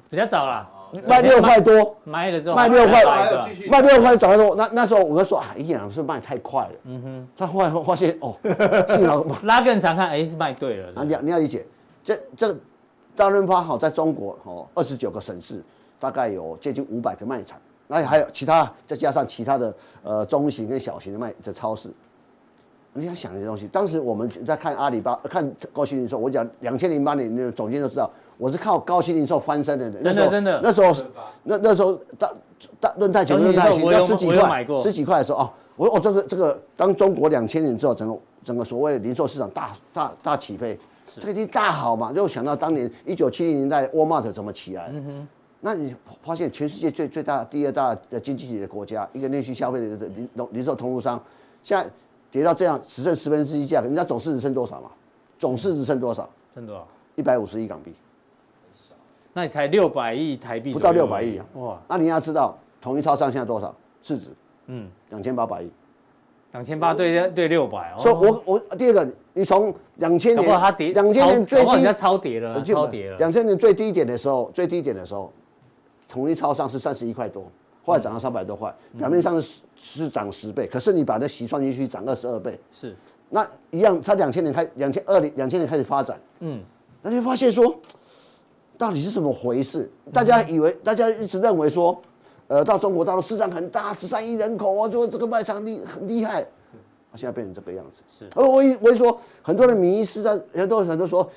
比较早啦，卖六块多，卖了之后卖六块还要一个还有继续卖六块涨多，那那时候我们说啊，一眼是卖太快了，嗯哼，但后来发现哦，幸好拉更长看，哎，是卖对了，啊，你要你要理解，这这个大润发好在中国哦，二十九个省市大概有接近五百个卖场，那还有其他再加上其他的呃中型跟小型的卖的超市。你要想这些东西，当时我们在看阿里巴看高息零售，我讲两千零八年的总监都知道，我是靠高息零售翻身的人。真的那时候真的那时哦候那那时候大大论泰前高息论零售泰新我有要十几我有买块过，十十几块的时候啊，我说哦，这个这个，当中国两千年之后，整个整个所谓的零售市场大大大起飞，这个一定大好嘛。就想到当年一九七零年代沃尔玛怎么起来，嗯那你发现全世界最最大第二大的经济体的国家，一个内需消费的的零零售通路商，现在跌到这样，只剩十分之一价格，人家总市值剩多少嘛？总市值剩多少？剩多少？一百五十亿港币，哦那你才六百亿台币，不到六百亿啊！哇，那你要知道，统一超商现在多少市值？嗯，两千八百亿。两千八对对六百，哦所以我我第二个，你从两千搞不好它跌，年两千年超最搞不好人低家超跌了啊，超跌了两，千年最低点的时候，最低点的时候，统一超商是三十一块多，后来涨嗯到三百多块，表面上是是涨十倍，可是你把那息算进去，涨二十二倍，是那一样，它两千年开两千二零两千年开始发展，嗯，那就发现说，到底是怎么回事？大家以为，大家一直认为说，呃，到中国大陆市场很大，十三亿人口哦，做这个卖场厉很厉害，啊现在变成这个样子。是而我一我一说，很多人迷失在，很多人都说，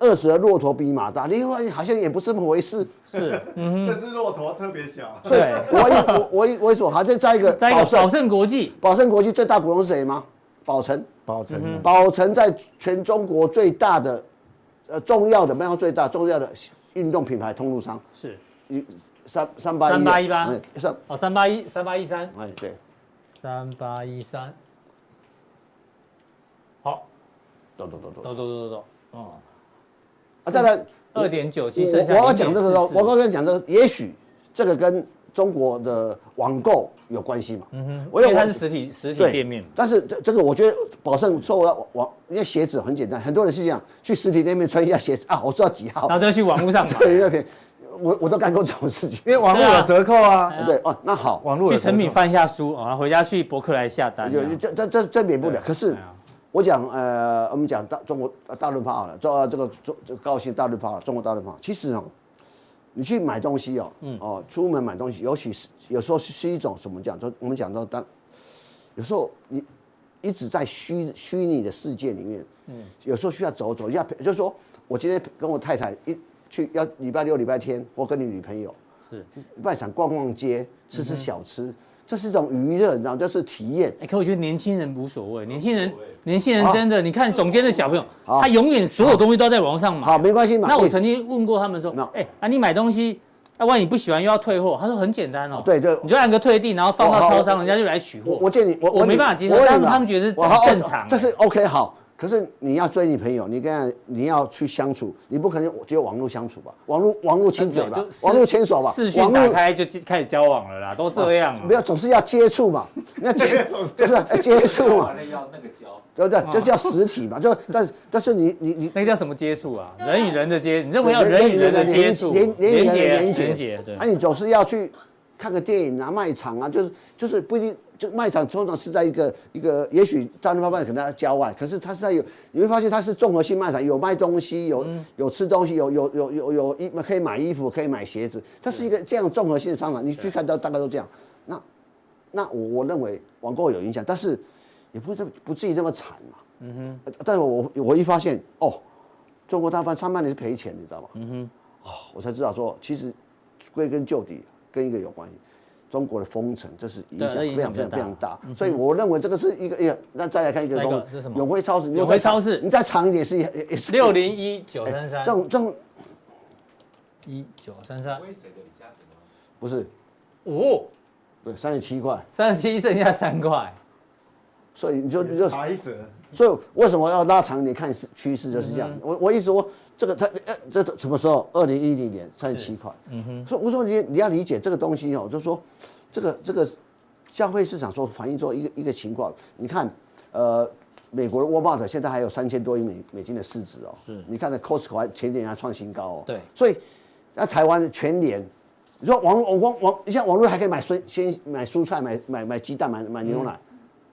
饿死的骆驼比马大，另外好像也不是这么 回事。 是，嗯，这只骆驼特别小，对。我一我我一我一说，好，再再一个，再一个，宝宝盛，盛国际，宝盛国际最大股东是谁吗？宝城。保嗯存啊宝城在全中国最大的，呃，重要的，没有最大重要的运动品牌通路商，是一三三八一3818哎三哦，三八一，三八一三，哎对，三八一三，好，走走走走。走走走走走，嗯，啊，当然，二点九七，我剩下我要讲这个时候， 0.44我刚才讲这个，也许这个跟中国的网购有关系嘛。嗯嗯我因为认为它是实体实体对店面，但是这这个我觉得保证受到网，因为鞋子很简单，很多人是这样去实体店面穿一下鞋子啊，我知道几号然，后再去网络上买，对，OK，我我都干过这种事情。因为网络有折扣啊，对哦，那好，网络有去折扣成品翻一下书啊，然后回家去博客来下单，啊有这这这这免不了。可是对啊我讲呃，我们讲大中国呃大润发好了，这这个中这个高兴大润发，中国大润发，其实哦，你去买东西哦，嗯哦，出门买东西，尤其是有时候是是一种什么讲，就我们讲到当，有时候你一直在虚虚拟的世界里面，嗯有时候需要走走，要陪就是说我今天跟我太太一去要礼拜六礼拜天，我跟你女朋友。是，嗯卖场逛逛街，吃吃小吃，这是一种娱乐，你知道，就是体验。哎，可我觉得年轻人无所谓，年轻人无所谓年轻啊人真的，你看总监的小朋友，好他永远所有东西都在网上买，啊好，没关系嘛。那我你曾经问过他们说那，哎、啊，你买东西，啊，万一不喜欢又要退货，他说很简单哦，啊对对你就按个退订，然后放哦到好超商，我人家就来取货。我我见你，我我没办法接受我问你他们嘛他们觉得这我好哦正常这是 OK 好。可是你要追你朋友，你跟他你要去相处，你不可能只有网络相处吧？网络网络亲嘴吧就，视网络牵手吧，视讯网打络啊开就开始交往了啦，都这样、没有，总是要接触嘛，那接就是要接触嘛完，了要那个胶，对不哦对？这叫实体嘛，就但是但是你你你那个叫什么接触啊？对啊人与人的接，你认为要人与人的接触，连连接连啊连接，对那，你总是要去看个电影啊，卖场啊，就是就是不一定，就卖场通常是在一个一个，也许大润发卖场可能在郊外，可是它是在有，你会发现它是综合性卖场，有卖东西，有嗯有吃东西，有有有有有衣可以买衣服，可以买鞋子，它是一个这样综合性的商场，你去看到大概都这样。那那我我认为网购有影响，但是也不会这么不至于这么惨嘛。嗯哼，但是我我一发现哦，中国大半上半年是赔钱，你知道吗？嗯哼，哦，我才知道说，其实归根究底跟一个有关系，中国的封城这是影响对非常非影响常比较大嗯非常大，所以我认为这个是一个哎呀，那再来看一个那个东这是什么永辉超市，你永辉再超市你再长一点是也也也是哎六零一九三这三种这种一九三三，威谁的李嘉诚吗？不是五对三十七块，三十七剩下三块，所以你就你也就是打一折，所以为什么要拉长一点看是趋势就是这样？我我一直说这个它呃这这什么时候？二零一零年三十七块。嗯哼。所以我说你你要理解这个东西哦，就是说这个这个消费市场所反映出一个一个情况。你看，呃，美国的沃尔玛现在还有三千多亿美美金的市值哦。是你看那 Costco 还前年还创新高哦。对所以那台湾的全联。你说网络网光网，你像网络还可以买蔬鲜买蔬菜、买买买鸡蛋、买买牛奶，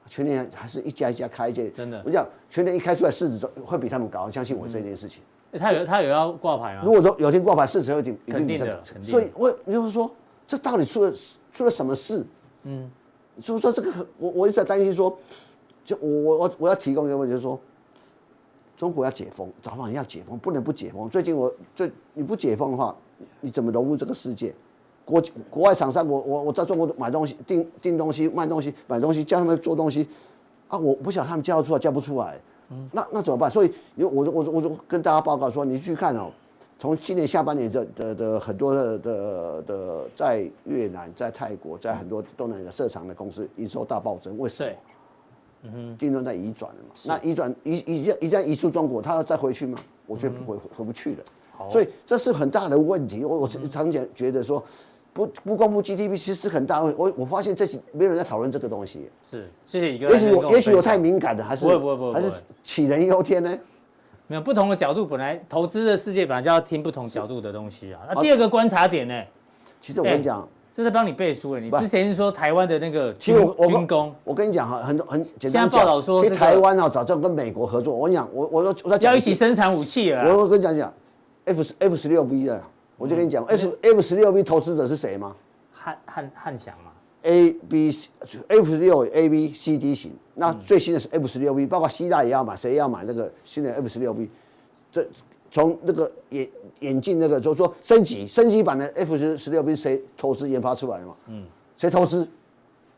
全年还是一家一家开一家，真的我讲全年一开出来市值会比他们高，相信我这件事情。欸他有他有要挂牌吗如？果都有天挂牌，市值会比一肯定定比较的高嗯肯定的所以我你就是说，这到底出了出了什么事？嗯，所以说这个很我我一直在担心说，就我我我我要提供一个问题，就是说。中国要解封，早晚要解封，不能不解封。最近我最你不解封的话，你你怎么融入这个世界？国国外厂商，我我我在中国买东西、订订东西、卖东西、买东西，叫他们做东西，啊，我不晓得他们叫得出来叫不出来，那那怎么办？所以你我我我我跟大家报告说，你去看哦，从今年下半年的的的很多的的的在越南、在泰国、在很多东南亚设厂的公司营收大暴增，为什么对？，竞争在移转了嘛？那移转移移一旦移出中国，他要再回去吗？我觉得不回回不去了。所以这是很大的问题。我我是常讲觉得说，不不公布 GDP 其实是很大的问题。我我发现这几没有人在讨论这个东西。是谢谢一个。也许我也许我太敏感了，还是不会不会不会还是不会杞人忧天呢？没有不同的角度，本来投资的世界本来就要听不同角度的东西啊。那第二个观察点呢？其实我跟你讲，这在帮你背书哎。你不之前是说台湾的那个其军实我我军工我跟你讲哈，很多很简现在单报讲，道说其实这个台湾啊早就跟美国合作。我跟你讲，我我说我在讲要一起生产武器了啦，啊我我跟你讲讲，F F 十六 V 的，我就跟你讲，F F 十六 V 投资者是谁吗汉汉汉翔嘛， ？A B F 十六 A B C D 型，那最新的是 F 十六 V，包括希腊也要买，谁也要买那个新的 F 十六 V？这从那个眼眼镜那个就是说升级升级版的 F 十十六 V 谁投资研发出来的嘛？嗯，谁投资？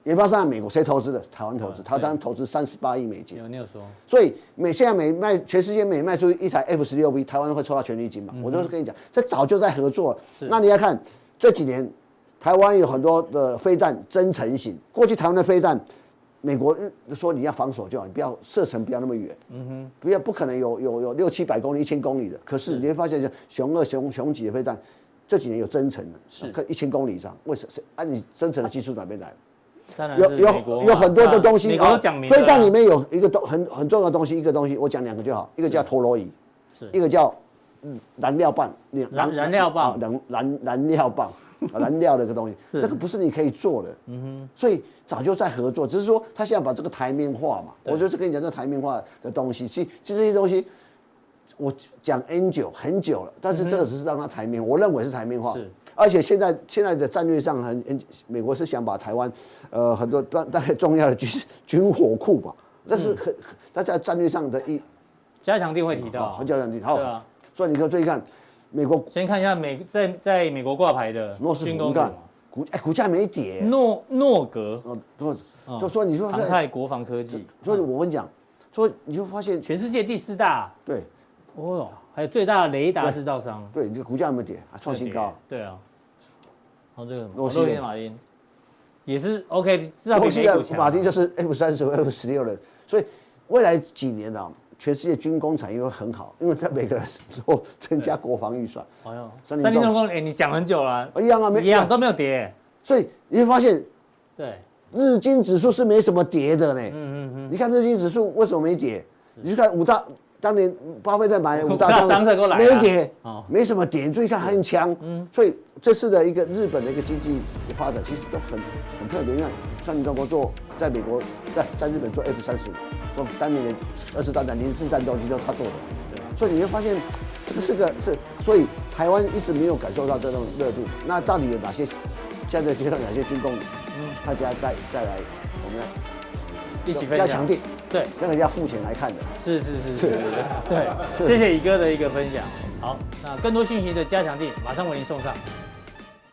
研发上美国谁投资的？台湾投资，台湾投资三十八亿美金。有你有说，所以每现在每卖全世界每卖出一台 F 十六 V，台湾会抽到权利金嘛？我就是跟你讲，这早就在合作了。那你要看这几年，台湾有很多的飞弹增程型，过去台湾的飞弹，美国呃说你要防守就好，你不要射程不要那么远，嗯哼，不要不可能有有有六七百公里、一千公里的。可是你会发现，熊二、熊熊几的飞弹，这几年有增程的，是可一千公里以上，为什么？按、啊、你增程的技术哪边来的？当然有是美国有嘛有很多的东西，美国啊都讲明了啦飞弹里面有一个东很很重要的东西，一个东西我讲两个就好，一个叫陀螺仪，是一个叫嗯燃料棒，你燃燃料棒啊燃燃燃料棒，啊燃料的一 个东西，那个不是你可以做的，嗯哼，所以早就在合作，只是说他现在把这个台面化嘛，我就是跟你讲这台面化的东西，其其实这些东西。我讲 N 九很久了，但是这个只是让它台面，我认为是台面化。是而且现在现在的战略上很很，美国是想把台湾，呃，很多大大概重要的军 军火库吧，这是很，很但在战略上的一加强定会提啊，到很，讲讲你好对，啊。所以你看注意看，美国先看一下美在在美国挂牌的诺斯军福工你股看嘛，股哎股价没跌，诺诺格哦，嗯就就说你说航太国防科技，所以我跟你讲，所以你就发现全世界第四大对哦哟，还有最大的雷达制造商，对，你这股价有没有跌啊？创新高，对啊。然后这个什么哦洛洛希的希马丁也是 OK，至少比过去美的股强啊。马丁就是 F 三十、F 十六了，所以未来几年啊，全世界军工产业会很好，因为他每个人都 增加国防预算，哎呦，三菱三菱重重工，哎，你讲很久了，一样啊，没一样都没有跌。所以你会发现对，日经指数是没什么跌的呢。嗯你看日经指数为什么没跌？你去看五大，当年巴菲特买五五大大商社都来了没跌哦，嗯没什么跌。注意看很强。所以这次的一个日本的一个经济的发展其实都很很特别。你看，三菱重工做在美国，在在日本做 F 三十五，做当年的二次大战零四战斗机都是他做的。所以你会发现，这个是个是，所以台湾一直没有感受到这种热度。那到底有哪些？现在接到哪些军工？大家再再来，我们来嗯一起分加享。强定，对，那个要付钱来看的。是是是是，对，谢谢乙哥的一个分享。好，那更多讯息的加强地马上为您送上。